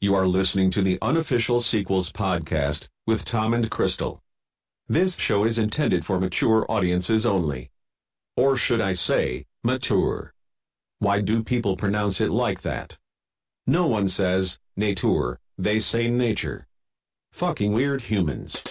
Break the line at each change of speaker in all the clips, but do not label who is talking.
You are listening to the Unofficial Sequels Podcast with Tom and Crystal. This show is intended for mature audiences only. Or should I say, mature? Why do people pronounce it like that? No one says, nature, they say nature. Fucking weird humans.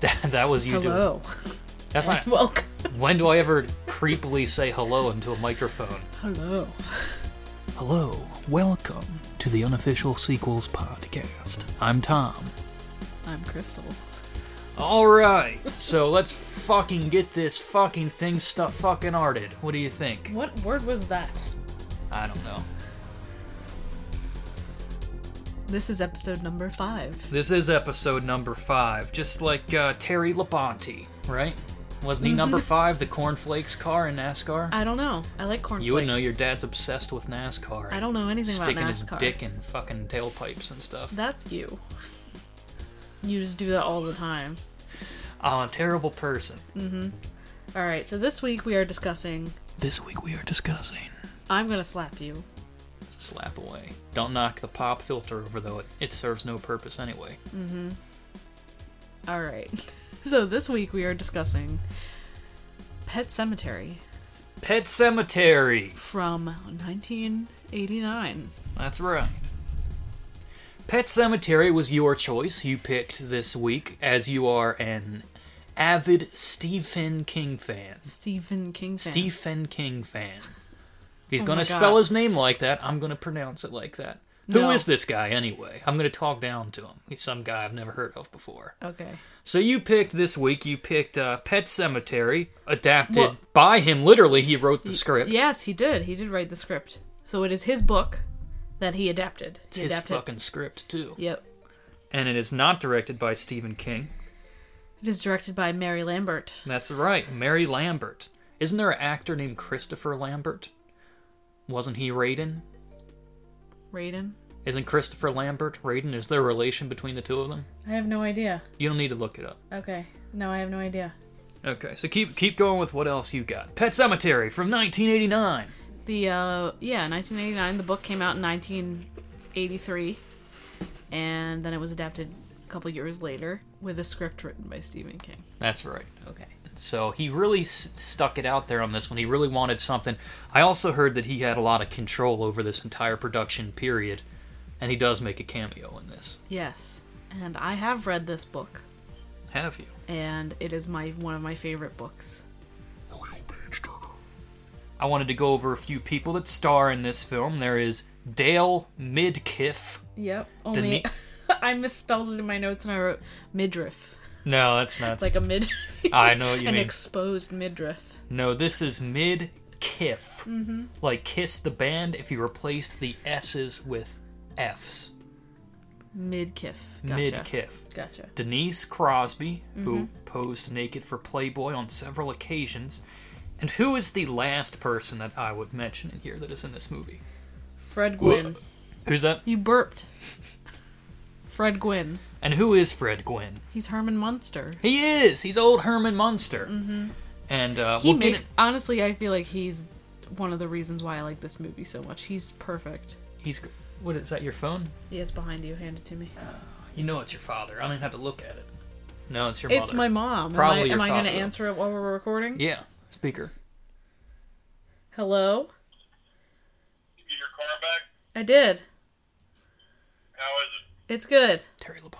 That, that was you doing.
Hello.
That's not.
Welcome.
When do I ever creepily say hello into a microphone?
Hello.
Hello, welcome to the unofficial sequels podcast. I'm Tom.
I'm Crystal.
All right, so let's fucking get this fucking thing stuff fucking arted. What do you think?
What word was that?
I don't know.
This is episode number five.
This is episode number five, just like uh, Terry Labonte, right? Wasn't he
Mm-hmm.
number five, the cornflakes car in NASCAR?
I don't know. I like cornflakes.
you would know your dad's obsessed with NASCAR.
I don't know anything
sticking
about
his
NASCAR.
dick in fucking tailpipes and stuff.
That's you. You just do that all the time.
Ah, I'm a terrible person.
All right. So this week we are discussing.
This week we are discussing
I'm gonna slap you.
slap away. Don't knock the pop filter over though; it, it serves no purpose anyway.
All right. So this week we are discussing Pet Cemetery
Pet Cemetery.
from 1989.
That's right. Pet Cemetery was your choice. You picked this week as you are an avid Stephen King fan.
Stephen King fan.
Stephen King fan. If he's
Oh
going
my
to spell
God.
his name like that, I'm going to pronounce it like that. Who is
No.
this guy anyway? I'm going to talk down to him. He's some guy I've never heard of before.
Okay.
So you picked this week. You picked uh, Pet Cemetery, adapted
Well-
by him. Literally, he wrote the script.
Yes, he did. He did write the script. So it is his book that he adapted.
it's
He
his
adapted.
fucking script too.
Yep.
And it is not directed by Stephen King.
It is directed by Mary Lambert.
That's right, Mary Lambert. Isn't there an actor named Christopher Lambert? Wasn't he Raiden?
Raiden?
Isn't Christopher Lambert Raiden? Is there a relation between the two of them?
I have no idea.
You don't need to look it up.
Okay. No, I have no idea.
Okay, so keep keep going with what else you got. Pet Cemetery from 1989.
The uh yeah, 1989, the book came out in 1983 and then it was adapted a couple years later with a script written by Stephen King.
That's right.
Okay.
So he really s- stuck it out there on this one. He really wanted something. I also heard that he had a lot of control over this entire production period, and he does make a cameo in this.
Yes. And I have read this book
Have you?
and it is my one of my favorite books.
I wanted to go over a few people that star in this film. There is Dale Midkiff.
Yep.
Only- Deni-
I misspelled it in my notes and I wrote midriff.
No, that's not.
Like a mid
Ah, I know what you
an
mean.
exposed midriff.
no, this is Midkiff.
Mm-hmm.
Like Kiss the band if you replaced the S's with F's.
Midkiff. Gotcha.
Midkiff.
Gotcha.
Denise Crosby, who
Mm-hmm.
posed naked for Playboy on several occasions, and who is the last person that I would mention in here that is in this movie?
Fred Gwynn.
Who's that?
You burped. Fred Gwynn.
And who is Fred Gwynn?
He's Herman Munster.
He is. He's old Herman Munster. Mm-hmm. And uh,
He
we'll
make-
get it.
honestly, I feel like he's one of the reasons why I like this movie so much. He's perfect.
He's. What is that? Your phone?
Yeah, it's behind you. Hand it to me.
You know it's your father. I don't even have to look at it. No, it's your
It's
mother.
my mom.
Probably
am I,
your
am I going
father,
to
though.
answer it while we're recording?
Yeah, speaker.
Hello.
Get your car back?
I did.
How is it?
It's good.
Terry Labonte.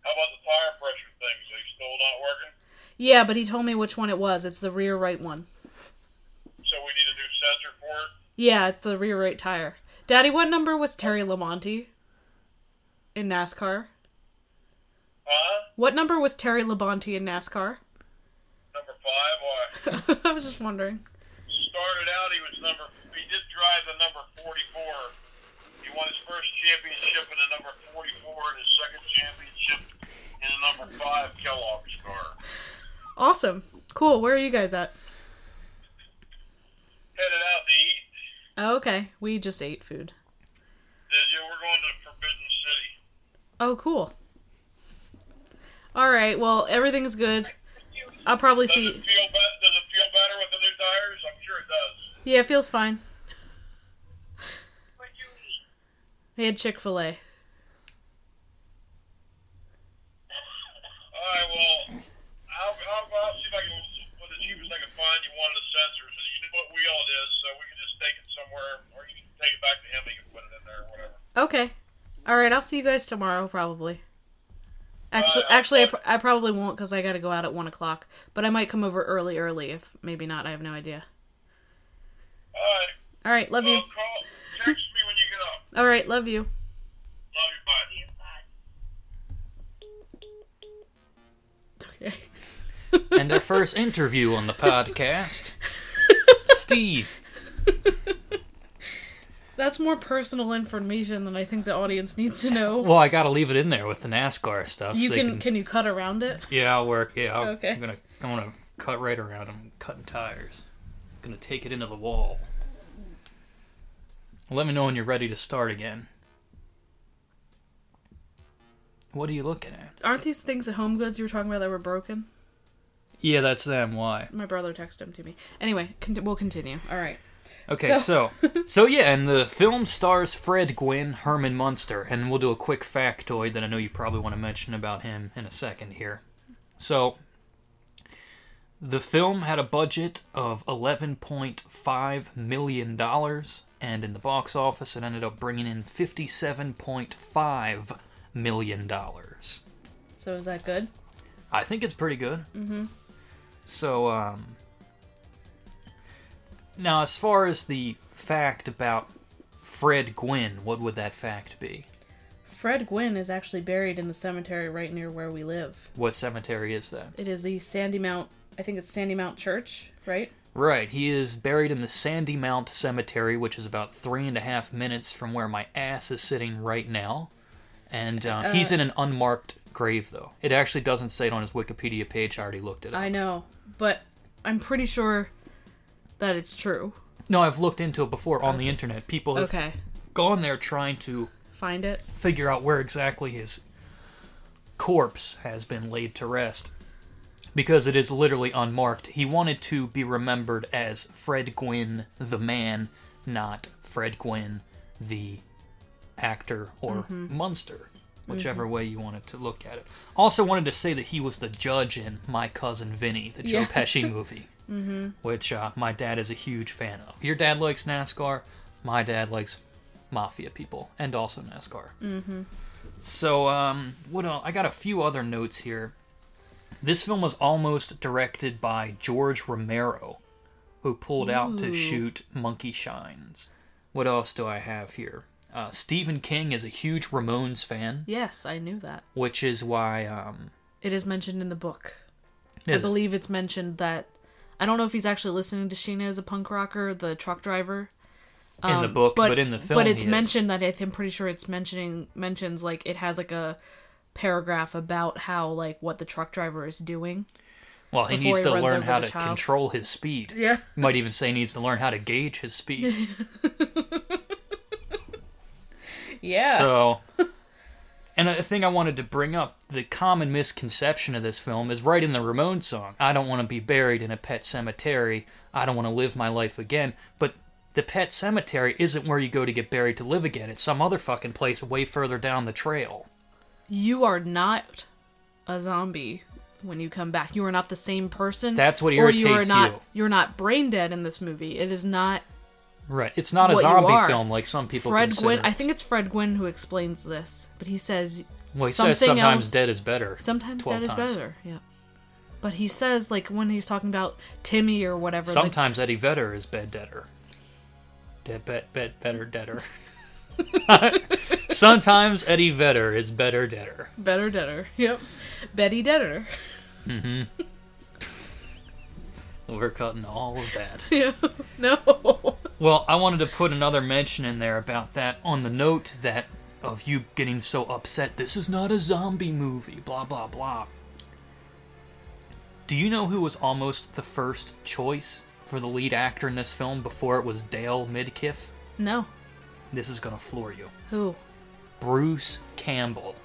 How about the tire pressure things? They still not working?
Yeah, but he told me which one it was. It's the rear right one.
So we need a new sensor for it?
Yeah, it's the rear right tire. Daddy, what number was Terry Lamonte in NASCAR?
Huh?
What number was Terry Labonte in NASCAR?
Number five, why?
I was just wondering.
Started out, he was number. He did drive the number 44. He won his first championship in the number 44 and his second championship in the number five Kellogg's car.
Awesome. Cool. Where are you guys at?
Headed out to eat.
Oh, okay. We just ate food.
Did you? We're going to Forbidden City.
Oh, cool. All right. Well, everything's good. I'll probably
Does
see.
it feel be- Does it feel better with the new tires? I'm sure it does.
Yeah, it feels fine.
What you eat?
I had Chick Fil A.
All right. Well, I'll, I'll, I'll see if I can what the cheapest I can find. You wanted a sensor, so you know what wheel it is, so we can just take it somewhere, or you can take it back to him. He can put it in there, or whatever.
Okay. All right. I'll see you guys tomorrow, probably. Actually, actually, I, pr- I probably won't because I got to go out at one o'clock. But I might come over early, early. If maybe not, I have no idea.
All right.
All right. Love you.
Well, call, text me when you get up.
All right. Love you.
Love you. Bye.
Okay.
and our first interview on the podcast, Steve.
That's more personal information than I think the audience needs to know.
Well, I got to leave it in there with the NASCAR stuff.
You
so they
can can you cut around it?
Yeah, I'll work. Yeah, I'll,
Okay.
I'm gonna I'm gonna cut right around. I'm cutting tires. gonna take it into the wall. Let me know when you're ready to start again. What are you looking at?
Aren't these things at Home Goods you were talking about that were broken?
Yeah, that's them. Why?
My brother texted them to me. Anyway, con- we'll continue. All right.
Okay, so so, yeah, and the film stars Fred Gwynn, Herman Munster, and we'll do a quick factoid that I know you probably want to mention about him in a second here. So the film had a budget of 11.5 million dollars and in the box office it ended up bringing in 57.5 million dollars.
So is that good?
I think it's pretty good. Mm-hmm. So, um, now as far as the fact about Fred Gwynn, what would that fact be?
Fred Gwynn is actually buried in the cemetery right near where we live.
What cemetery is that?
It is the Sandy Mount. I think it's Sandy Mount Church, right?
Right, he is buried in the Sandy Mount Cemetery, which is about three and a half minutes from where my ass is sitting right now. And uh, he's in an unmarked grave, though. It actually doesn't say it on his Wikipedia page. I already looked it up.
I know, but I'm pretty sure that it's true.
No, I've looked into it before on the internet. People have
Okay,
gone there trying to
find it.
figure out where exactly his corpse has been laid to rest because it is literally unmarked. He wanted to be remembered as Fred Gwynn the man, not Fred Gwynn the actor or Munster, whichever way you wanted to look at it. Also wanted to say that he was the judge in My Cousin Vinny, the Joe
Yeah.
Pesci movie, which uh, my dad is a huge fan of. Your dad likes NASCAR, my dad likes mafia people and also NASCAR. Mm-hmm. So, um, what else? I got a few other notes here. This film was almost directed by George Romero, who pulled out to shoot Monkey Shines. What else do I have here? Uh, Stephen King is a huge Ramones fan,
Yes, I knew that.
which is why um,
It is mentioned in the book. I
is it-
believe it's mentioned that I don't know if he's actually listening to Sheena as a punk rocker, the truck driver. Um,
in the book, but, in the film,
but it's
he is.
mentioned that I th- I'm pretty sure it's mentioning mentions like it has like a paragraph about how like what the truck driver is doing.
Well, he
before
needs
he
to
runs
learn
over
how
the
to
child.
control his speed.
Yeah.
You might even say he needs to learn how to gauge his speed. So, and a thing I wanted to bring up the common misconception of this film is right in the Ramones song I don't want to be buried in a pet cemetery. I don't want to live my life again. But the pet cemetery isn't where you go to get buried to live again, it's some other fucking place way further down the trail.
you are not a zombie when you come back. You are not the same person.
That's what
or you are
irritates
not,
you.
You're not brain dead in this movie. It is not
Right. It's not a
What you
zombie
are.
film like some people
Fred
consider.
Gwynn.
it.
I think it's Fred Gwynn who explains this, but he says
well, he
something
says sometimes
else.
dead is better.
Sometimes
12
that is
times.
better. Yeah. But he says like when he's talking about Timmy or whatever. like-
Sometimes Eddie Vedder is bed deader. Dead, bet, bet, better, deader. Sometimes Eddie Vedder is better deader.
Better Deader. Yep. Betty Deader.
We're cutting all of that.
Yeah. no.
Well, I wanted to put another mention in there about that on the note that of you getting so upset. This is not a zombie movie, blah, blah, blah. Do you know who was almost the first choice for the lead actor in this film before it was Dale Midkiff?
No.
This is going to floor you.
Who?
Bruce Campbell.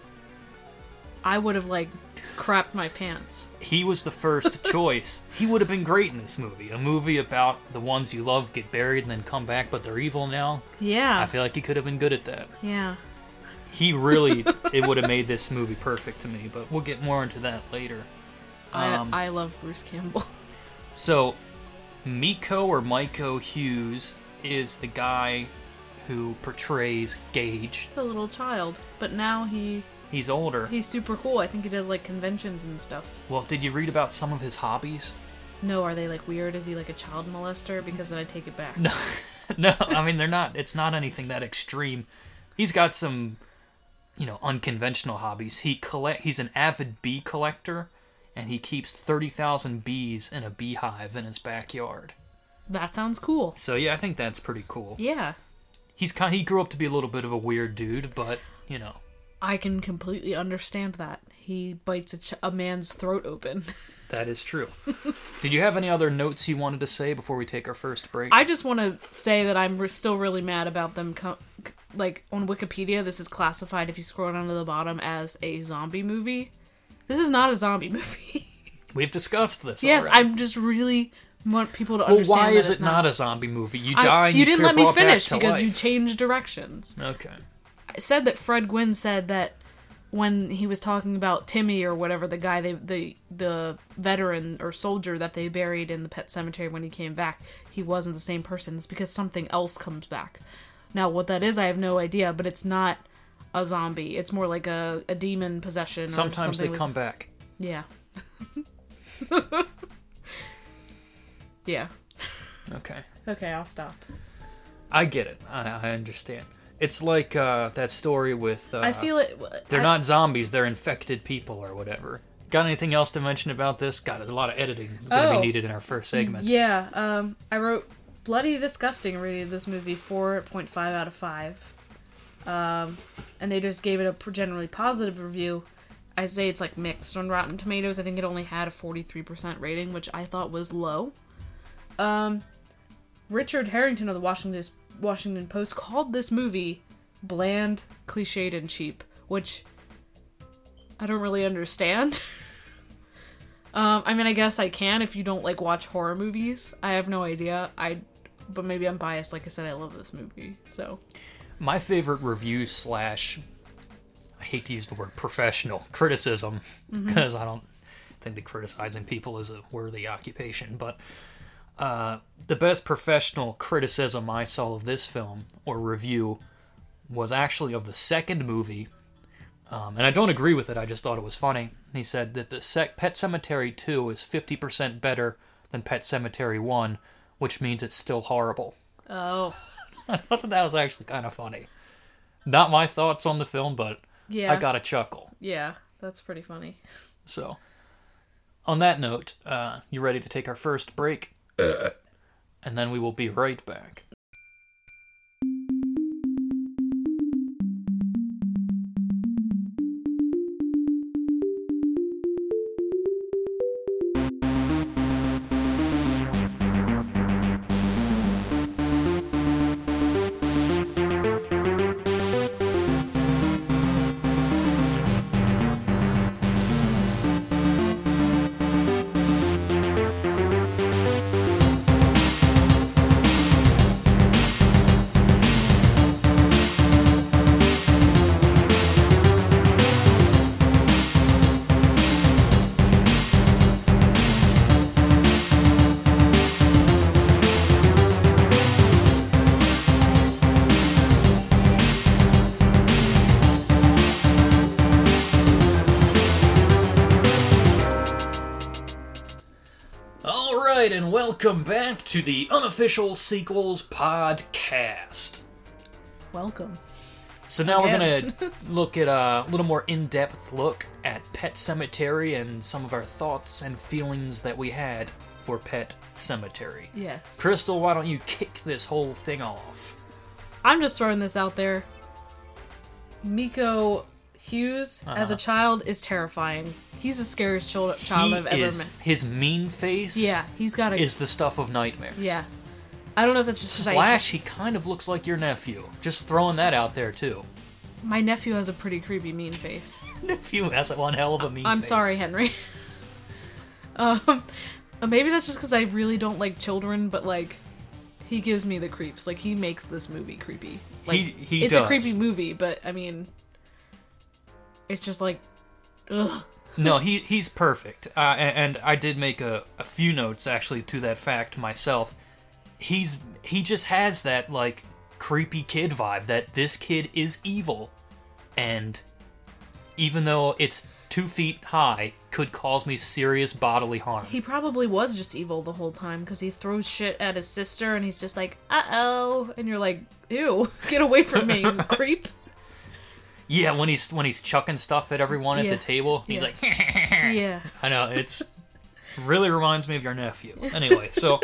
I would have like crapped my pants.
he was the first choice. He would have been great in this movie. A movie about the ones you love get buried and then come back, but they're evil now.
Yeah.
I feel like he could have been good at that.
yeah.
He really, it would have made this movie perfect to me, but we'll get more into that later. Um,
I, I love Bruce Campbell.
So, Miko or Miko Hughes is the guy who portrays Gage.
the little child, but now he
He's older.
he's super cool. I think he does like conventions and stuff.
Well, did you read about some of his hobbies?
No, are they like weird? Is he like a child molester? Because then I take it back.
No, no. I mean, they're not. It's not anything that extreme. He's got some, you know, unconventional hobbies. He collect. He's an avid bee collector, and he keeps thirty thousand bees in a beehive in his backyard.
That sounds cool.
So yeah, I think that's pretty cool.
Yeah.
He's kind. He grew up to be a little bit of a weird dude, but you know,
I can completely understand that. He bites a, ch- a man's throat open.
that is true. Did you have any other notes you wanted to say before we take our first break?
I just want to say that I'm re- still really mad about them. Co- c- like on Wikipedia, this is classified if you scroll down to the bottom as a zombie movie. This is not a zombie movie.
We've discussed this.
yes,
already.
I'm just really want people to
Well,
understand.
why
that
is
it's
it not, a zombie movie? You
I-
die. and
you didn't
get
let me
brought back
finish
to
because you
life.
changed directions.
Okay.
It said that Fred Gwynn said that when he was talking about Timmy or whatever the guy they the the veteran or soldier that they buried in the pet cemetery when he came back, he wasn't the same person. It's because something else comes back. Now what that is, I have no idea, but it's not a zombie. It's more like a, a demon possession. or
Sometimes they
something.
come back.
Yeah. yeah.
Okay.
Okay, I'll stop.
I get it. I, I understand. It's like uh, that story with. Uh,
I feel it.
They're
I-
not zombies, they're infected people or whatever. Got anything else to mention about this? Got a lot of editing going to
Oh.
be needed in our first segment.
Yeah, um, I wrote bloody disgusting rated this movie 4.5 out of 5. Um, and they just gave it a pr- generally positive review. I say it's like mixed on Rotten Tomatoes. I think it only had a 43% rating, which I thought was low. Um, Richard Harrington of the Washington Washington Post called this movie bland, cliched, and cheap, which I don't really understand. Um, I mean, I guess I can if you don't like watch horror movies. I have no idea. I, but maybe I'm biased. Like I said, I love this movie. So
My favorite review slash, I hate to use the word professional, criticism, because I don't think that criticizing people is a worthy occupation, but uh, the best professional criticism I saw of this film or review was actually of the second movie. Um, and I don't agree with it, I just thought it was funny. He said that the sec- Pet Cemetery 2 is 50% better than Pet Cemetery 1, which means it's still horrible.
oh
I thought that, that was actually kind of funny. Not my thoughts on the film, but
yeah,
I got a chuckle.
yeah, that's pretty funny.
So, on that note, uh, you ready to take our first break? and then we will be right back. All right, and welcome back to the unofficial sequels podcast.
Welcome.
So now
Again.
we're gonna look at a little more in-depth look at Pet Cemetery and some of our thoughts and feelings that we had for Pet Cemetery.
Yes.
Crystal, why don't you kick this whole thing off?
I'm just throwing this out there. Miko Hughes as a child is terrifying. He's the scariest child, child
Uh-huh. He
I've ever
is-
met.
his mean face.
Yeah, he's got a
is the stuff of nightmares.
yeah. I don't know if that's just 'cause I-
Slash, he kind of looks like your nephew. Just throwing that out there too.
My nephew has a pretty creepy mean face.
Nephew has one hell of a mean.
I'm
face.
sorry, Henry. um, uh, maybe that's just because I really don't like children, but like, he gives me the creeps. Like, he makes this movie creepy. Like,
He- he
it's a
does.
creepy movie, but I mean, it's just like, ugh.
no, he he's perfect. Uh, a- and, and I did make a, a few notes actually to that fact myself. He's he just has that like creepy kid vibe that this kid is evil, and even though it's two feet high, could cause me serious bodily harm.
He probably was just evil the whole time because he throws shit at his sister, and he's just like, uh oh, and you're like, ew, get away from me, you creep.
yeah, when he's when he's chucking stuff at everyone
Yeah.
at the table, he's
Yeah.
like, Eh.
Yeah.
I know it's really reminds me of your nephew. Anyway, so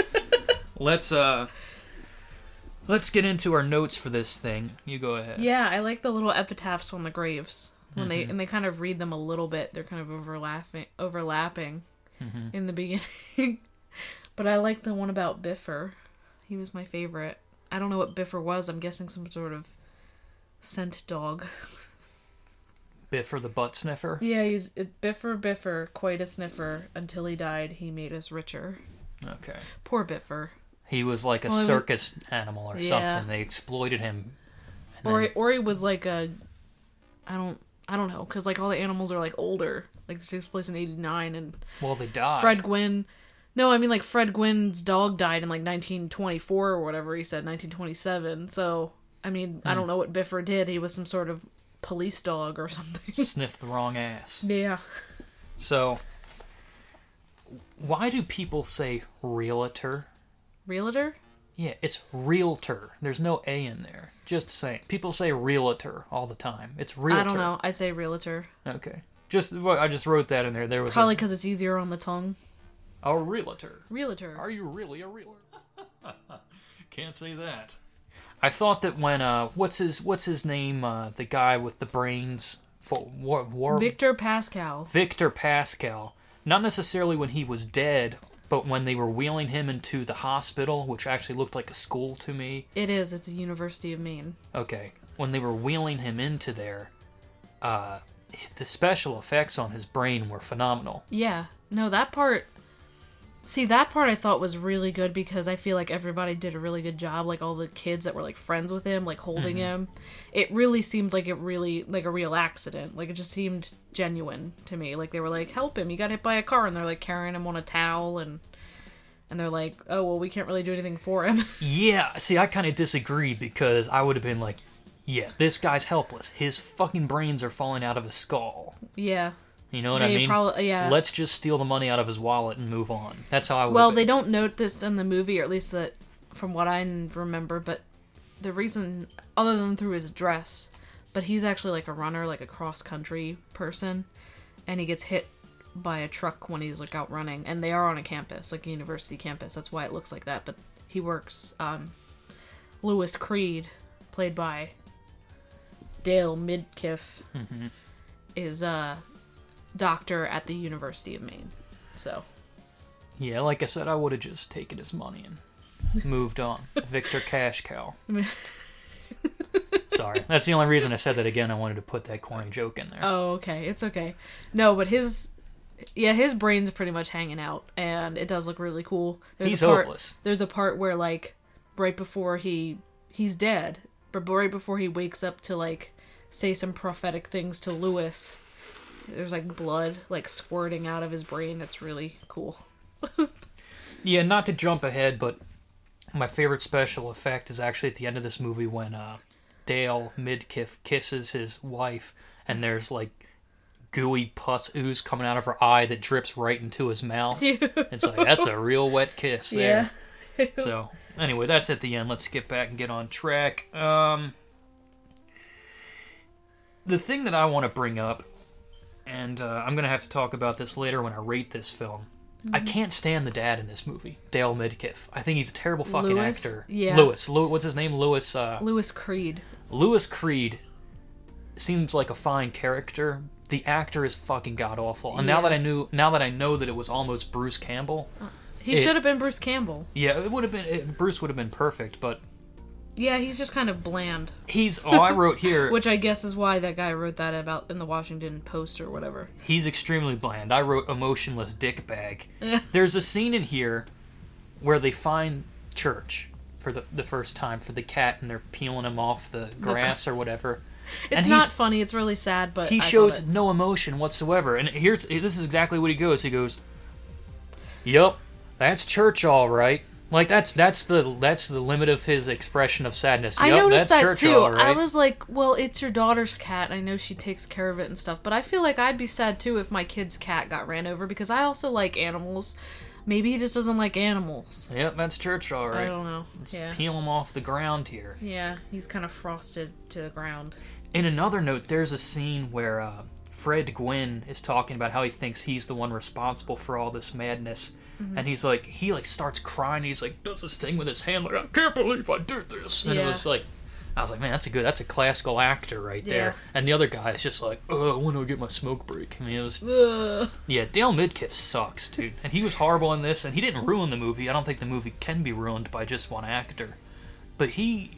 let's uh let's get into our notes for this thing. You go ahead.
Yeah, I like the little epitaphs on the graves when they
Mm-hmm.
and they kind of read them a little bit. They're kind of overlapping, overlapping
Mm-hmm.
in the beginning. but I like the one about Biffer. He was my favorite. I don't know what Biffer was. I'm guessing some sort of scent dog.
Bit for the butt sniffer.
Yeah, he's it, Biffer. Biffer, quite a sniffer. Until he died, he made us richer.
Okay.
Poor Biffer.
He was like a
Well, it was-
circus animal or
Yeah.
something. They exploited him. and
Or
then-
or he was like a, I don't I don't know because like all the animals are like older. Like this takes place in '89 and.
well, they died.
Fred Gwynn. No, I mean like Fred Gwynn's dog died in like 1924 or whatever he said, 1927. So I mean,
Hmm.
I don't know what Biffer did. He was some sort of police dog or something.
sniffed the wrong ass.
yeah.
So, why do people say realtor?
Realtor?
Yeah, it's realtor. There's no a in there. Just saying. People say realtor all the time. It's realtor.
I don't know. I say realtor.
Okay. Just well, I just wrote that in there. There was
Probably because it's easier on the tongue.
a, a realtor.
Realtor.
Are you really a realtor? Can't say that. I thought that when uh, what's his what's his name? Uh, the guy with the brains for war, war
Victor Pascal.
Victor Pascal. Not necessarily when he was dead, but when they were wheeling him into the hospital, which actually looked like a school to me.
It is. It's a University of Maine.
Okay. When they were wheeling him into there, uh, the special effects on his brain were phenomenal.
Yeah. No, that part. See, that part I thought was really good because I feel like everybody did a really good job. Like all the kids that were like friends with him, like holding him. It really seemed like it really, like a real accident. Like it just seemed genuine to me. Like they were like, help him. He got hit by a car. And they're like carrying him on a towel. And. And they're like, oh, well, we can't really do anything for him.
Yeah, see, I kind of disagree because I would have been like, yeah, this guy's helpless. His fucking brains are falling out of his skull.
yeah.
You know what
They
I mean?
probably- yeah.
Let's just steal the money out of his wallet and move on. That's how I would.
Well, they don't note this in the movie, or at least that from what I n- remember. But the reason, other than through his dress, but he's actually like a runner, like a cross country person, and he gets hit by a truck when he's like out running. And they are on a campus, like a university campus. That's why it looks like that. But he works. Um, Lewis Creed, played by Dale Midkiff, is a doctor at the University of Maine. So.
Yeah, like I said, I would have just taken his money and moved on. Victor Cash Cow. Sorry, that's the only reason I said that again. I wanted to put that corny joke in there.
Oh, okay. It's okay. No, but his yeah, his brain's pretty much hanging out and it does look really cool. There's
He's
a part,
hopeless.
There's a part where like right before he he's dead, but right before he wakes up to like say some prophetic things to Lewis, there's like blood like squirting out of his brain. That's really cool.
Yeah, not to jump ahead, but my favorite special effect is actually at the end of this movie when uh, Dale Midkiff kisses his wife, and there's like gooey pus ooze coming out of her eye that drips right into his mouth. it's like that's a real wet kiss there. so anyway, that's at the end. Let's get back and get on track. Um, the thing that I want to bring up, and uh, I'm going to have to talk about this later when I rate this film. I
Mm-hmm.
can't stand the dad in this movie, Dale Midkiff. I think he's a terrible fucking
Lewis?
actor.
Yeah.
Lewis. Lew- what's his name? Lewis. Uh,
Lewis Creed.
Lewis Creed seems like a fine character. The actor is fucking god awful. And now
Yeah.
that I knew, now that I know that it was almost Bruce Campbell,
He
It-
should have been Bruce Campbell.
yeah, it would have been it, Bruce would have been perfect. But
Yeah, he's just kind of bland,
he's oh, I wrote here.
which I guess is why that guy wrote that about in the Washington Post or whatever.
He's extremely bland. I wrote emotionless dick bag. There's a scene in here where they find church for the the first time for the cat, and they're peeling him off the grass or whatever.
It's
and
not
he's-
funny. It's really sad, but
He
I
shows
love
no emotion whatsoever. And here's this is exactly what he goes. He goes, "Yep, that's church, all right." Like that's that's the that's the limit of his expression of sadness.
I
"Yup,
noticed
that's
that
church,
too.
all right."
I was like, "Well, it's your daughter's cat. I know she takes care of it and stuff, but I feel like I'd be sad too if my kid's cat got ran over because I also like animals. Maybe he just doesn't like animals.
Yep, that's church, all
I
right.
don't know. Yeah,
Peel him off the ground here.
yeah, he's kind of frosted to the ground.
In another note, there's a scene where uh, Fred Gwynn is talking about how he thinks he's the one responsible for all this madness,
Mm-hmm.
and he's like, he like starts crying. He's like, does this thing with his hand, like I can't believe I did this. And it
Yeah.
was like, I was like, man, that's a good, that's a classical actor right there.
Yeah.
And the other guy is just like, oh, when do I get my smoke break? I mean, it was
Ugh.
yeah, Dale Midkiff sucks, dude, and he was horrible in this, and he didn't ruin the movie. I don't think the movie can be ruined by just one actor, but he.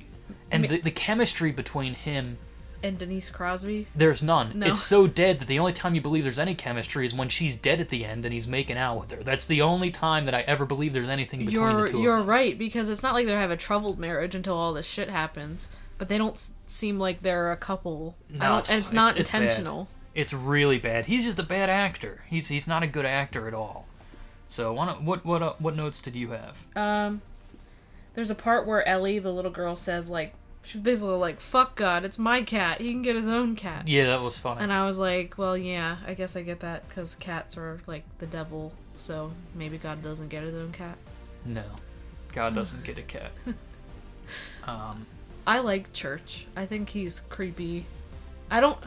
And the, the chemistry between him
And Denise Crosby.
there's none.
No.
It's so dead that the only time you believe there's any chemistry is when she's dead at the end and he's making out with her. That's the only time that I ever believe there's anything between
You're
the two
you're
of them.
right because it's not like they have a troubled marriage until all this shit happens. But they don't s- seem like they're a couple. I
No,
don't-
it's
and it's
fine.
not
It's- it's bad.
intentional.
It's really bad. He's just a bad actor. He's he's not a good actor at all. So why don't, what what uh, what notes did you have?
Um, there's a part where Ellie, the little girl, says like she's basically like, "Fuck God, it's my cat. He can get his own cat."
yeah, that was funny.
And I was like, "Well, yeah, I guess I get that because cats are like the devil, so maybe God doesn't get his own cat."
no, God doesn't get a cat. um,
I like Church. I think he's creepy. I don't.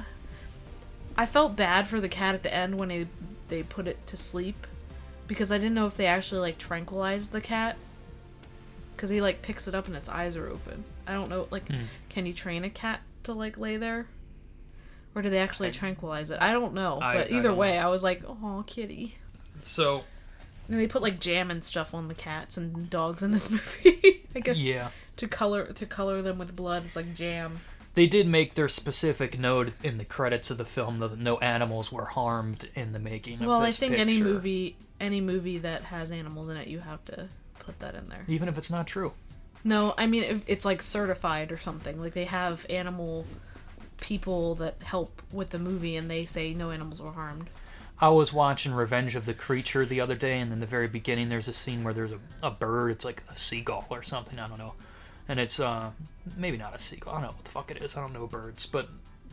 I felt bad for the cat at the end when they they put it to sleep because I didn't know if they actually like tranquilized the cat because he like picks it up and its eyes are open. I don't know. Like, can you train a cat to like lay there? Or do they actually tranquilize it? I don't know.
I-
but
I
either
don't
way,
know.
I was like, "Oh, kitty."
so
And they put like jam and stuff on the cats and dogs in this movie. I guess
yeah,
to color to color them with blood. It's like jam.
they did make their specific note in the credits of the film though that no animals were harmed in the making. of
Well, I
this
think any
picture.
movie, any movie that has animals in it, you have to put that in there.
even if it's not true.
No, I mean it, it's like certified or something. Like they have animal people that help with the movie, and they say no animals were harmed.
I was watching Revenge of the Creature the other day, and in the very beginning, there's a scene where there's a, a bird. It's like a seagull or something. I don't know. And it's uh, maybe not a seagull. I don't know what the fuck it is. I don't know birds. But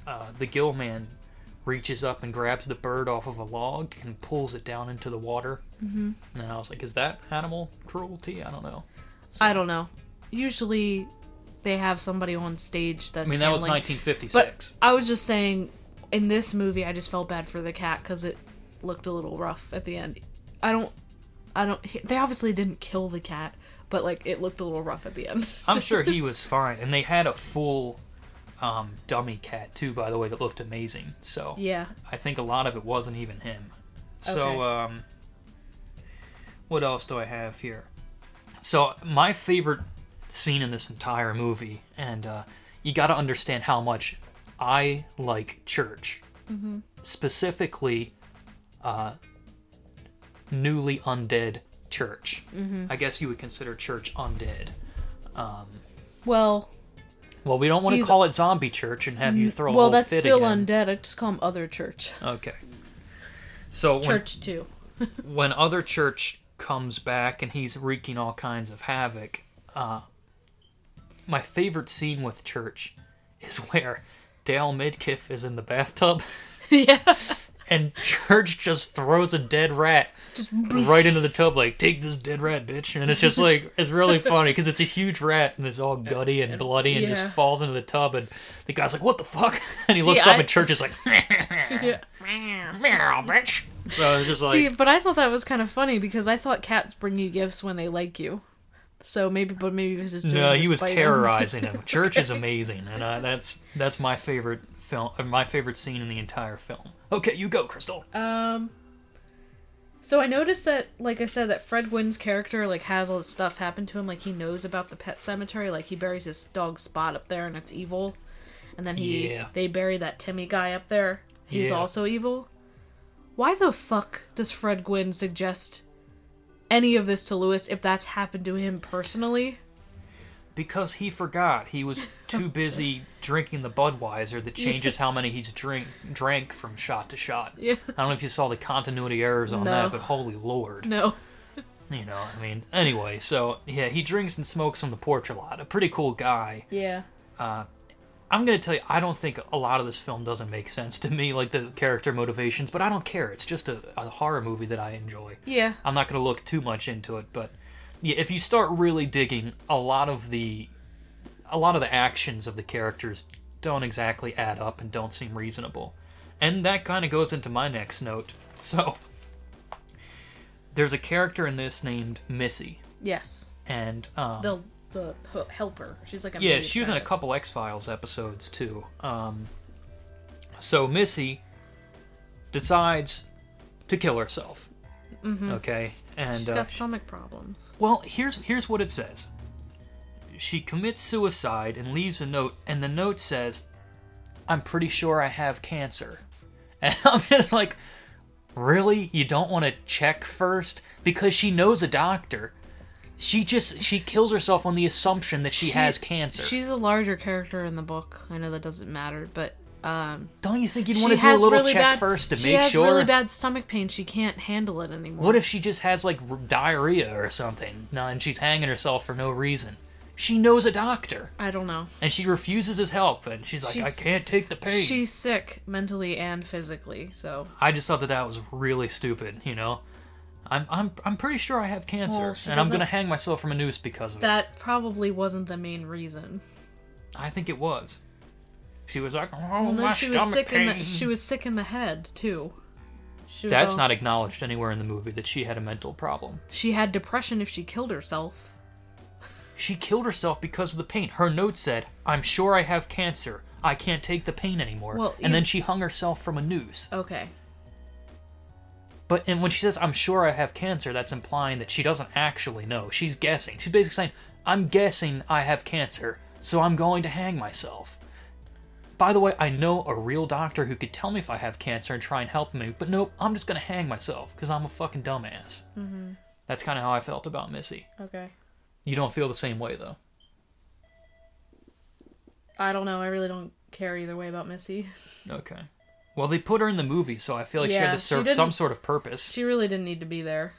uh, the gill man reaches up and grabs the bird off of a log and pulls it down into the water. Mm-hmm. And I was like, is that animal cruelty? I don't know.
I don't know. Usually, they have somebody on stage that's.
I mean, that was
handling-
1956.
I was just saying, in this movie, I just felt bad for the cat because it looked a little rough at the end. I don't, I don't. he- They obviously didn't kill the cat, but like it looked a little rough at the end.
I'm sure he was fine. And they had a full um, dummy cat, too, by the way, that looked amazing. So.
yeah,
I think a lot of it wasn't even him.
Okay.
So, um, what else do I have here? So, my favorite scene in this entire movie, and uh, you got to understand how much I like church,
Mm-hmm.
specifically uh, newly undead church.
Mm-hmm.
I guess you would consider church undead.
well,
Well, we don't want to
He's- Mm-hmm.
call it zombie church and have you throw a
well,
whole
that's
fit
still
again.
undead. I just call him other church.
Okay. So when-
Church too.
when other church comes back and he's wreaking all kinds of havoc uh, my favorite scene with church is where dale midkiff is in the bathtub
yeah,
and Church just throws a dead rat
Just
right into the tub, like, take this dead rat, bitch. And it's just like, it's really funny because it's a huge rat and it's all gutty and bloody and just
Yeah.
falls into the tub. And the guy's like, what the fuck? And he
See,
looks up
I-
and Church is like, meow, bitch. So it's just like,
See, but I thought that was kind of funny because I thought cats bring you gifts when they like you. So maybe, but maybe it was just doing
no,
it to
he was
spite him.
terrorizing him. Church is amazing, and uh, that's that's my favorite film, uh, my favorite scene in the entire film. Okay, you go, Crystal.
Um. So I noticed that, like I said, that Fred Wynn's character like has all this stuff happen to him. Like he knows about the pet cemetery. Like he buries his dog Spot up there, and it's evil. And then he
Yeah.
they bury that Timmy guy up there. He's
Yeah.
also evil. Why the fuck does Fred Gwynn suggest any of this to Lewis if that's happened to him personally?
Because he forgot, he was too busy drinking the Budweiser that changes how many he's drink drank from shot to shot.
Yeah.
I don't know if you saw the continuity errors on
No.
that, but holy lord,
No.
you know, I mean, anyway, so yeah, he drinks and smokes on the porch a lot. A pretty cool guy.
Yeah.
I'm gonna tell you, I don't think a lot of this film doesn't make sense to me, like the character motivations, but I don't care. It's just a, a horror movie that I enjoy.
Yeah.
I'm not going to look too much into it, but yeah, if you start really digging, a lot of the a lot of the actions of the characters don't exactly add up and don't seem reasonable. And that kind of goes into my next note. So there's a character in this named Missy,
Yes.
and um,
The the h- helper. She's like a
yeah,
maid
she was in a
kind of.
couple X Files episodes too. Um, so Missy decides to kill herself. Okay, and
She's
uh,
got stomach problems.
Well, here's here's what it says. She commits suicide and leaves a note, and the note says, "I'm pretty sure I have cancer." And I'm just like, "Really? You don't want to check first because she knows a doctor." She just she kills herself on the assumption that she, has cancer.
She's a larger character in the book. I know that doesn't matter, but um,
don't you think you'd
she
want to do a
has
little
really
check
bad
first to
she
make
has
sure?
really bad stomach pain. She can't handle it anymore.
What if she just has like r- diarrhea or something? No, and she's hanging herself for no reason. She knows a doctor.
I don't know.
and she refuses his help and she's like
She's-
i can't take the pain
She's sick mentally and physically, so
i just thought that that was really stupid you know i'm i'm, I'm pretty sure i have cancer
Well, she
and i'm gonna
doesn't-
hang myself from a noose because of
that probably wasn't the main reason.
it i think it was she was like oh
Well, no,
my
she
stomach
was sick
pain
in the she was sick in the head too. She was
that's
all-
not acknowledged anywhere in the movie that she had a mental problem
She had depression if she killed herself.
she killed herself because of the pain her note said i'm sure i have cancer i can't take the pain anymore
Well,
and
you-
then she hung herself from a noose
Okay.
But and when she says, "I'm sure I have cancer," that's implying that she doesn't actually know. She's guessing. She's basically saying, "I'm guessing I have cancer, so I'm going to hang myself." By the way, I know a real doctor who could tell me if I have cancer and try and help me, but nope, I'm just gonna hang myself because I'm a fucking dumbass. Mm-hmm. That's kind of how I felt about Missy.
Okay.
You don't feel the same way though.
I don't know. I really don't care either way about Missy.
Okay. Well, they put her in the movie, so I feel like she had
Yeah,
to
she
serve
didn't-
some sort of purpose.
She really didn't need to be there.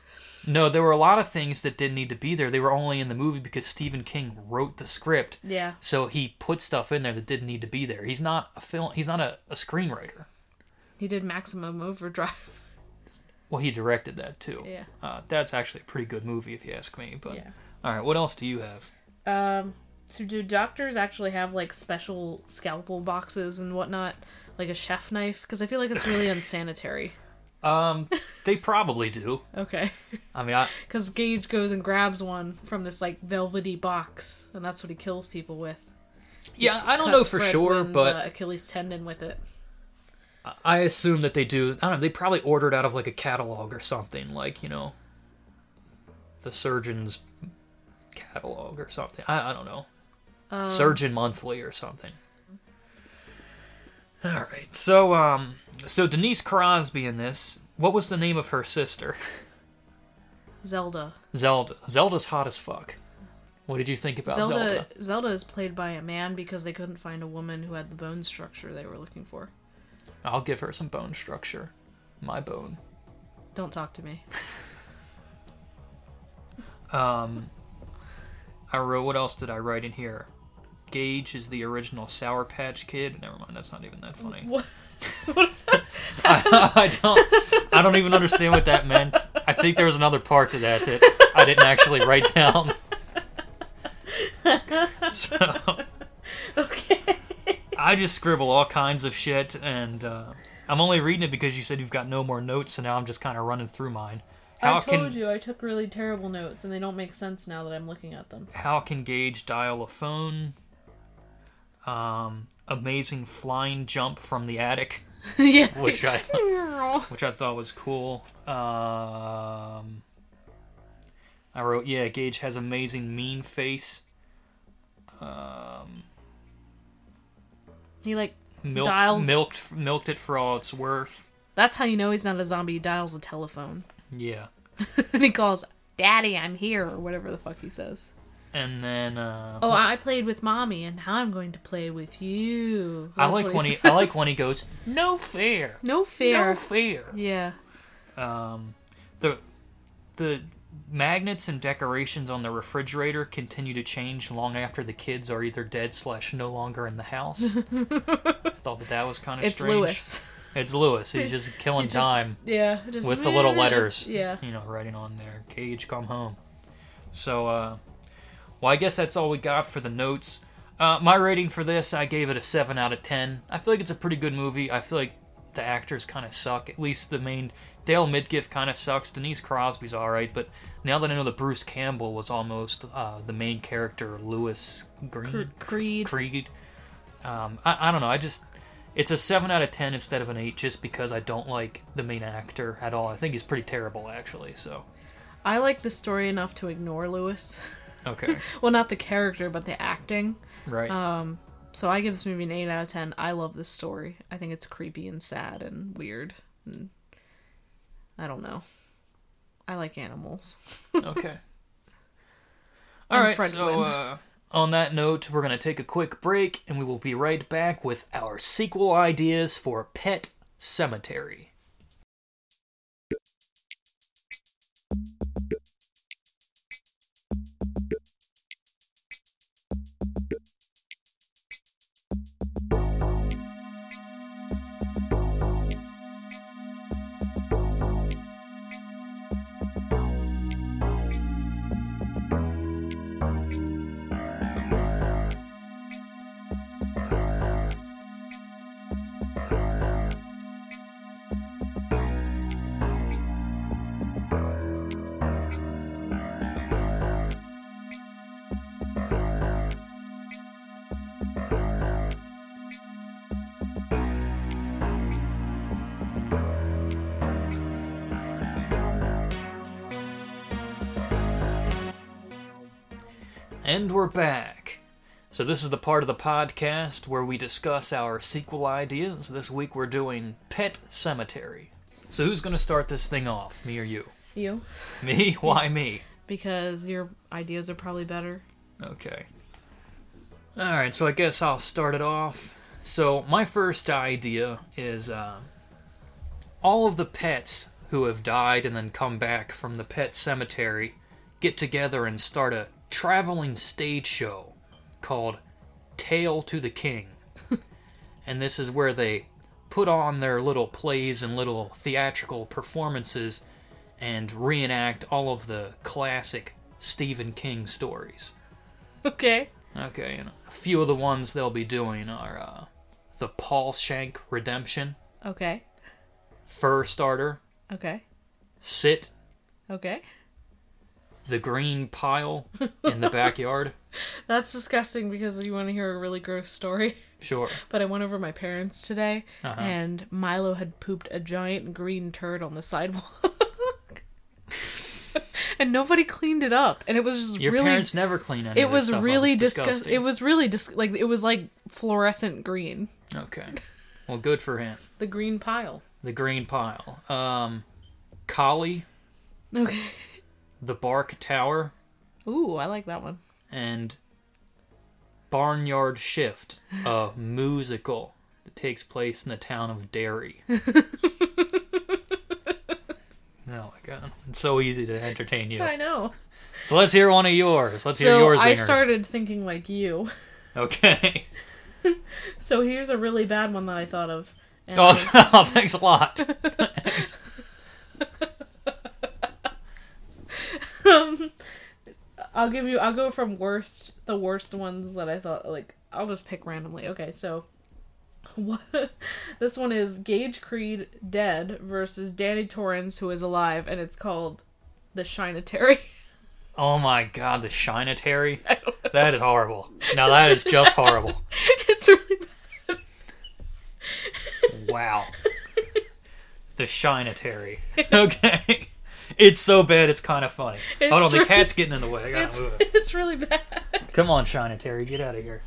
No, there were a lot of things that didn't need to be there. They were only in the movie because Stephen King wrote the script.
Yeah.
So he put stuff in there that didn't need to be there. He's not a film. He's not a, a screenwriter.
He did Maximum Overdrive.
Well, he directed that too.
Yeah.
Uh, that's actually a pretty good movie if you ask me. But
Yeah.
all right, what else do you have?
Um, so do doctors actually have like special scalpel boxes and whatnot, like a chef knife? Because I feel like it's really unsanitary.
Um, they probably do.
Okay,
I mean, I,
because Gage goes and grabs one from this like velvety box, and that's what he kills people with.
yeah, I don't know
Cuts
for
Fred
sure,
Wynn's,
but
uh, Achilles tendon with it.
I assume that they do. I don't know. They probably ordered out of like a catalog or something, like you know, the surgeon's catalog or something. I, I don't know. Surgeon Monthly or something. All right. So um, so Denise Crosby in this. What was the name of her sister?
Zelda.
Zelda. Zelda's hot as fuck. What did you think about Zelda?
Zelda. Zelda is played by a man because they couldn't find a woman who had the bone structure they were looking for.
I'll give her some bone structure. My bone.
Don't talk to me.
I wrote. What else did I write in here? Gage is the original Sour Patch Kid. Never mind. That's not even that funny.
What? what is that?
I, I don't. I don't even understand what that meant. I think there was another part to that that I didn't actually write down. So
Okay.
I just scribble all kinds of shit, and uh, I'm only reading it because you said you've got no more notes, so now I'm just kind of running through mine. How
I told
can
you I took really terrible notes and they don't make sense now that I'm looking at them.
how can Gage dial a phone? Um, amazing flying jump from the attic,
yeah.
which I
I
which I thought was cool. Um, I wrote, yeah, Gage has amazing mean face. Um,
He like
milked,
Dials-
milked, milked it for all it's worth.
that's how you know he's not a zombie, he dials a telephone.
Yeah,
and he calls Daddy, I'm here, or whatever the fuck he says.
and then uh,
Oh, I played with mommy, and now I'm going to play with you.
I
That's
like
what
when he,
says.
I like when he goes, no fair,
No fair.
no fair.
yeah.
Um, the the magnets and decorations on the refrigerator continue to change long after the kids are either dead slash no longer in the house. I thought that that was kind of
It's
strange.
Lewis.
It's Lewis. He's just killing
It just-
time
Yeah. just- eh,
with the little letters.
Yeah.
You know, writing on there, Cage, come home. So, uh, well, I guess that's all we got for the notes. Uh, my rating for this, I gave it a 7 out of 10. I feel like it's a pretty good movie. I feel like the actors kind of suck. At least the main. Dale Midgiff kind of sucks. Denise Crosby's alright, but now that I know that Bruce Campbell was almost uh, the main character, Lewis Green.
Cre- Creed.
Creed. Um, I, I don't know. I just it's a seven out of ten instead of an eight, just because I don't like the main actor at all. I think he's pretty terrible, actually. So
I like the story enough to ignore Lewis.
okay,
well, not the character, but the acting.
right.
Uh, So I give this movie an 8 out of 10. I love this story. I think it's creepy and sad and weird. And I don't know. I like animals.
okay. All right. So
Franklin.
uh, on that note, we're gonna take a quick break, and we will be right back with our sequel ideas for Pet Cemetery. And we're back. So, this is the part of the podcast where we discuss our sequel ideas. This week we're doing Pet Cemetery. So, who's going to start this thing off? Me or you?
You?
Me? Why me?
Because your ideas are probably better.
Okay. Alright, so I guess I'll start it off. So, my first idea is uh, all of the pets who have died and then come back from the pet cemetery get together and start a traveling stage show called Tale to the King. and this is where they put on their little plays and little theatrical performances and reenact all of the classic Stephen King stories.
Okay.
Okay, and a few of the ones they'll be doing are uh, the Paul Shank Redemption,
Okay.
Fur Starter,
Okay.
Sit,
Okay.
the Green Pile in the Backyard.
That's disgusting because you want to hear a really gross story.
Sure.
But I went over to my parents today
Uh-huh.
and Milo had pooped a giant green turd on the sidewalk. and nobody cleaned it up. And it was just
Your
really
parents never clean any
it
of this
was
stuff up. It's
really disgusting.
disgusting.
It was really dis- like it was like fluorescent green.
Okay. Well, good for him.
The green pile.
The Green Pile. Um, Collie,
Okay.
the Bark Tower,
Ooh, I like that one.
and Barnyard Shift, a musical that takes place in the town of Derry. oh my god, it's so easy to entertain you.
I know.
So let's hear one of yours. Let's hear
so
yours.
I started thinking like you.
Okay.
So here's a really bad one that I thought of. And
Oh,
it's-
thanks a lot.
I'll give you. I'll go from worst, the worst ones that I thought. Like I'll just pick randomly. Okay, so what? this one is Gage Creed dead versus Danny Torrance who is alive, and it's called the Shinatary.
Oh my god, the Shinatary. That is horrible. Now that is just horrible.
it's really bad.
Wow. The Shinatary. Okay. It's so bad it's kind of funny.
It's
Hold on, the
really-
cat's getting in the way. I gotta
It's,
move it.
it's really bad.
Come on, Shinatary, get out of here.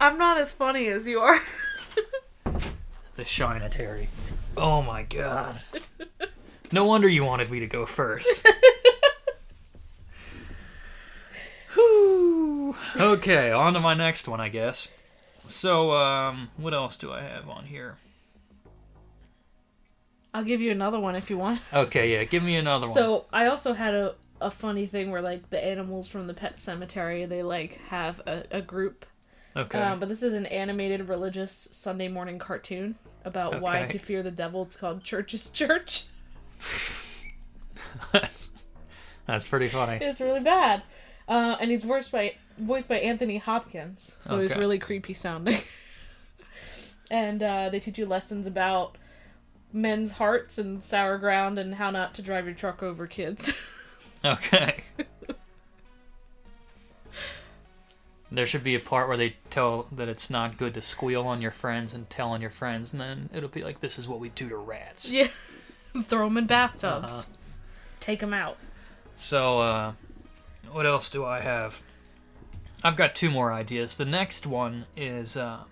I'm not as funny as you are.
The Shinatary. Oh my god. No wonder you wanted me to go first. Whew. Okay, on to my next one, I guess. So, um, what else do I have on here?
I'll give you another one if you want.
Okay, yeah, give me another one.
So I also had a, a funny thing where like the animals from the pet cemetery they like have a, a group.
Okay.
Um, but this is an animated religious Sunday morning cartoon about why
Okay.
to fear the devil. It's called Church's Church.
That's, that's pretty funny.
It's really bad. Uh, and he's voiced by voiced by Anthony Hopkins, so he's
Okay.
really creepy sounding. and uh, they teach you lessons about men's hearts and sour ground and how not to drive your truck over kids.
Okay. there should be a part where they tell that it's not good to squeal on your friends and tell on your friends, and then it'll be like, this is what we do to rats.
yeah, throw them in bathtubs, Take 'em take them out.
So, uh, what else do I have? I've got two more ideas. The next one is uh,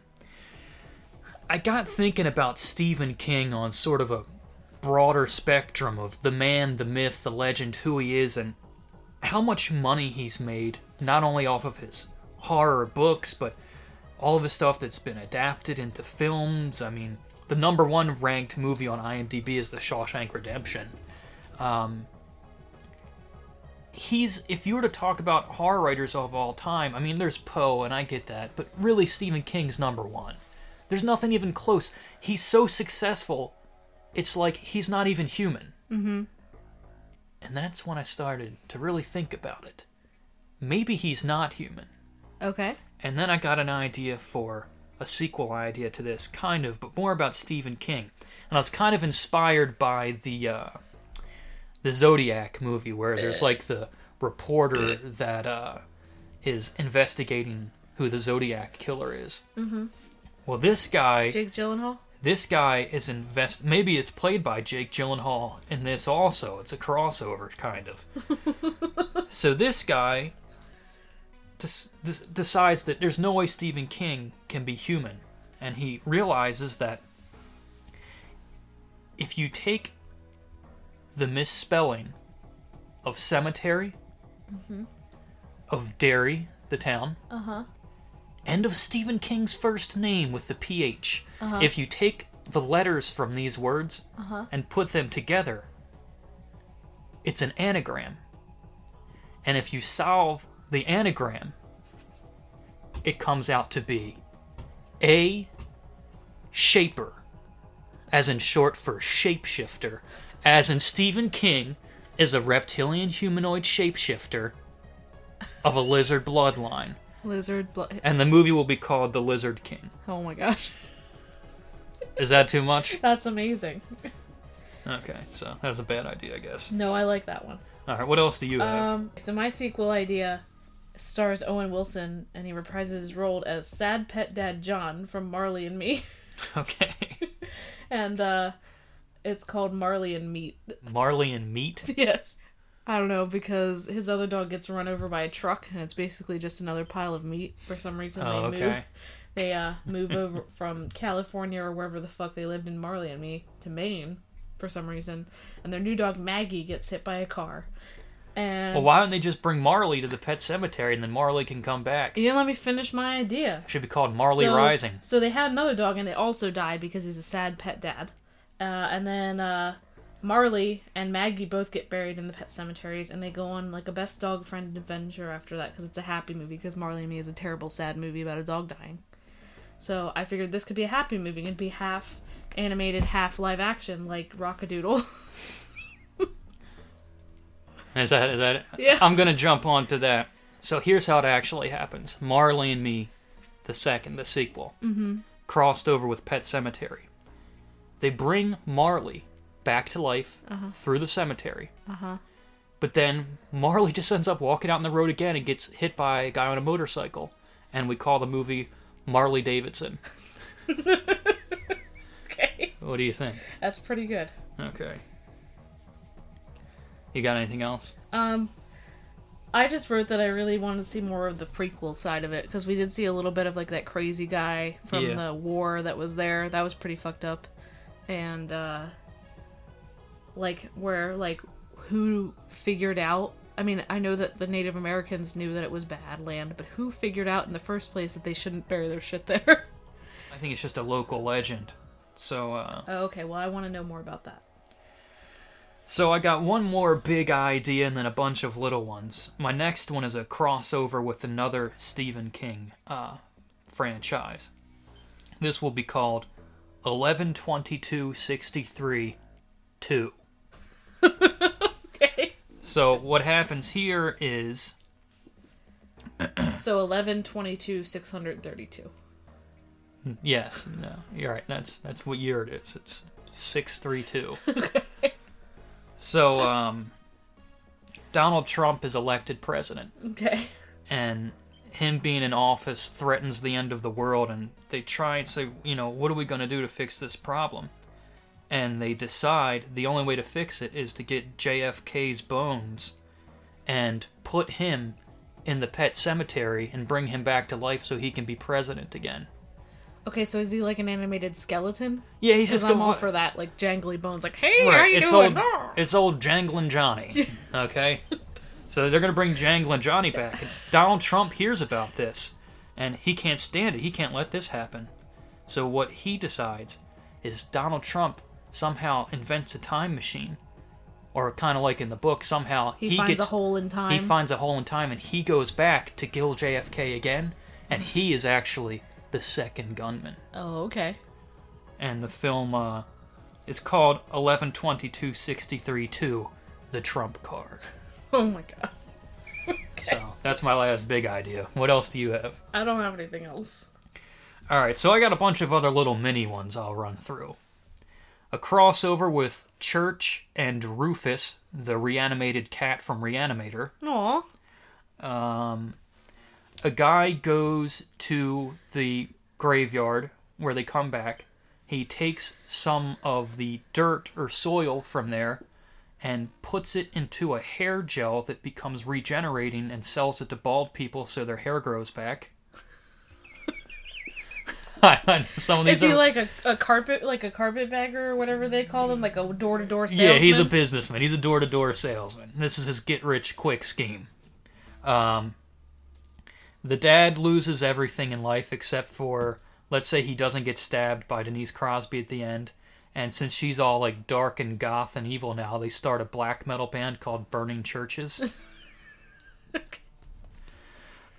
I got thinking about Stephen King on sort of a broader spectrum of the man, the myth, the legend, who he is, and how much money he's made, not only off of his horror books, but all of his stuff that's been adapted into films. I mean, the number one ranked movie on IMDb is The Shawshank Redemption he's if you were to talk about horror writers of all time, I mean there's Poe and I get that, but really Stephen King's number 1. There's nothing even close. He's so successful. It's like he's not even human. Mhm. And that's when I started to really think about it. Maybe he's not human.
Okay.
And then I got an idea for a sequel idea to this, kind of, but more about Stephen King. And I was kind of inspired by the uh, the Zodiac movie, where there's like the reporter that uh, is investigating who the Zodiac killer is. Mm-hmm. Well, this guy
Jake Gyllenhaal.
this guy is invest. Maybe it's played by Jake Gyllenhaal in this also. It's a crossover kind of. so this guy des- des- decides that there's no way Stephen King can be human, and he realizes that if you take the misspelling of cemetery, of Derry, the town, and of Stephen King's first name with the PH. If you take the letters from these words and put them together, it's an anagram. And if you solve the anagram, it comes out to be A Shaper, as in short for shapeshifter, as in Stephen King is a reptilian humanoid shapeshifter of a lizard bloodline
Lizard. Blood.
and the movie will be called The Lizard King.
Oh my gosh,
Is that too much?
that's amazing.
Okay, so that's a bad idea, I guess.
No, I like that one.
All right, what else do you have?
Um, so my sequel idea stars Owen Wilson, and he reprises his role as sad pet dad John from Marley and Me,
okay,
and uh, it's called Marley and Meat.
Marley and meat.
Yes. I don't know because his other dog gets run over by a truck, and it's basically just another pile of meat. For some reason,
Oh,
they
okay.
move. They uh, move over from California or wherever the fuck they lived in Marley and Me to Maine for some reason, and their new dog Maggie gets hit by a car. And
Well, why don't they just bring Marley to the pet cemetery and then Marley can come back?
You didn't let me finish my idea.
Should be called Marley
So-
Rising.
So they had another dog, and it also died because he's a sad pet dad. Uh, and then uh, Marley and Maggie both get buried in the pet cemeteries, and they go on like a best dog friend adventure after that because it's a happy movie. Because Marley and Me is a terrible, sad movie about a dog dying. So I figured this could be a happy movie and be half animated, half live action, like Rockadoodle.
Is that is that?
Yeah.
I'm gonna jump onto that. So here's how it actually happens. Marley and Me, the second, the sequel, mm-hmm. crossed over with Pet Cemetery. They bring Marley back to life through the cemetery. Uh-huh. But then Marley just ends up walking out on the road again and gets hit by a guy on a motorcycle, and we call the movie Marley Davidson.
okay,
What do you think?
that's pretty good.
Okay. You got anything else?
Um, I just wrote that I really wanted to see more of the prequel side of it because we did see a little bit of like that crazy guy from
Yeah.
the war that was there. That was pretty fucked up, and uh, like where like who figured out. I mean, I know that the Native Americans knew that it was bad land, but who figured out in the first place that they shouldn't bury their shit there?
I think it's just a local legend. So, uh,
oh, okay, well, I want to know more about that.
so I got one more big idea and then a bunch of little ones. My next one is a crossover with another Stephen King uh, franchise. This will be called 112263 2.
Okay.
So what happens here is
So 11, 22, 632.
Yes, no, you're right. That's that's what year it is. It's six three two. So, um, Donald Trump is elected president,
Okay.
and him being in office threatens the end of the world. And they try and say, you know, what are we going to do to fix this problem? And they decide the only way to fix it is to get JFK's bones and put him in the pet cemetery and bring him back to life so he can be president again.
Okay, so is he like an animated skeleton?
Yeah, he's
Because
just
I'm
going
all for that, like jangly bones, like, hey, how
Right,
you
it's
doing?
old, it's old Janglin' Johnny. Okay, so they're gonna bring Janglin' Johnny back. And Donald Trump hears about this, and he can't stand it. He can't let this happen. So what he decides is Donald Trump somehow invents a time machine, or kind of like in the book, somehow
he, finds
gets
a hole in time.
he finds a hole in time, and he goes back to kill JFK again, and he is actually the second gunman
oh, okay.
and the film uh, is called 112263-2 the trump card
Oh my god.
so that's my last big idea what else do you have
I don't have anything else.
all right so i got a bunch of other little mini ones i'll run through a crossover with church and rufus the reanimated cat from reanimator
Aw.
a guy goes to the graveyard where they come back. He takes some of the dirt or soil from there and puts it into a hair gel that becomes regenerating and sells it to bald people so their hair grows back. some of these
Is he
are-
like a, a carpet like a carpetbagger or whatever they call him? Like a door to door salesman?
Yeah, he's a businessman. He's a door to door salesman. This is his get rich quick scheme. Um, the dad loses everything in life except for, let's say, he doesn't get stabbed by Denise Crosby at the end. And since she's all like dark and goth and evil now, they start a black metal band called Burning Churches.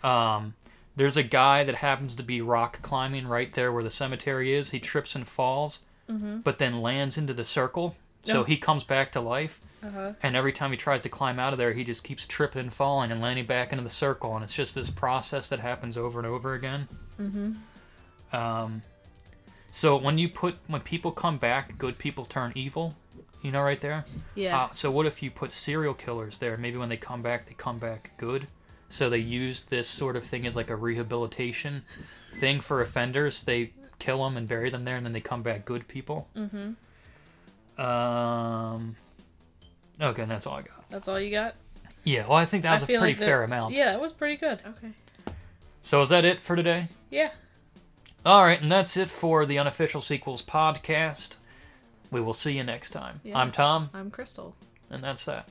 um, there's a guy that happens to be rock climbing right there where the cemetery is. He trips and falls, but then lands into the circle. So
Oh.
he comes back to life. And every time he tries to climb out of there, he just keeps tripping and falling and landing back into the circle. And it's just this process that happens over and over again. Mm-hmm. Um, so when you put when people come back, good people turn evil. You know, right there.
Yeah.
Uh, so what if you put serial killers there? Maybe when they come back, they come back good. So they use this sort of thing as like a rehabilitation thing for offenders. They kill them and bury them there, and then they come back good people. Mm-hmm. Um. Okay, and that's all I got.
That's all you got?
Yeah. Well, I think that was
I
a
feel
pretty
like that-
fair amount.
Yeah, that was pretty good. Okay.
So is that it for today?
Yeah.
All right, and that's it for the unofficial sequels podcast. We will see you next time. I'm
Yes.
Tom,
I'm Crystal.
and that's that.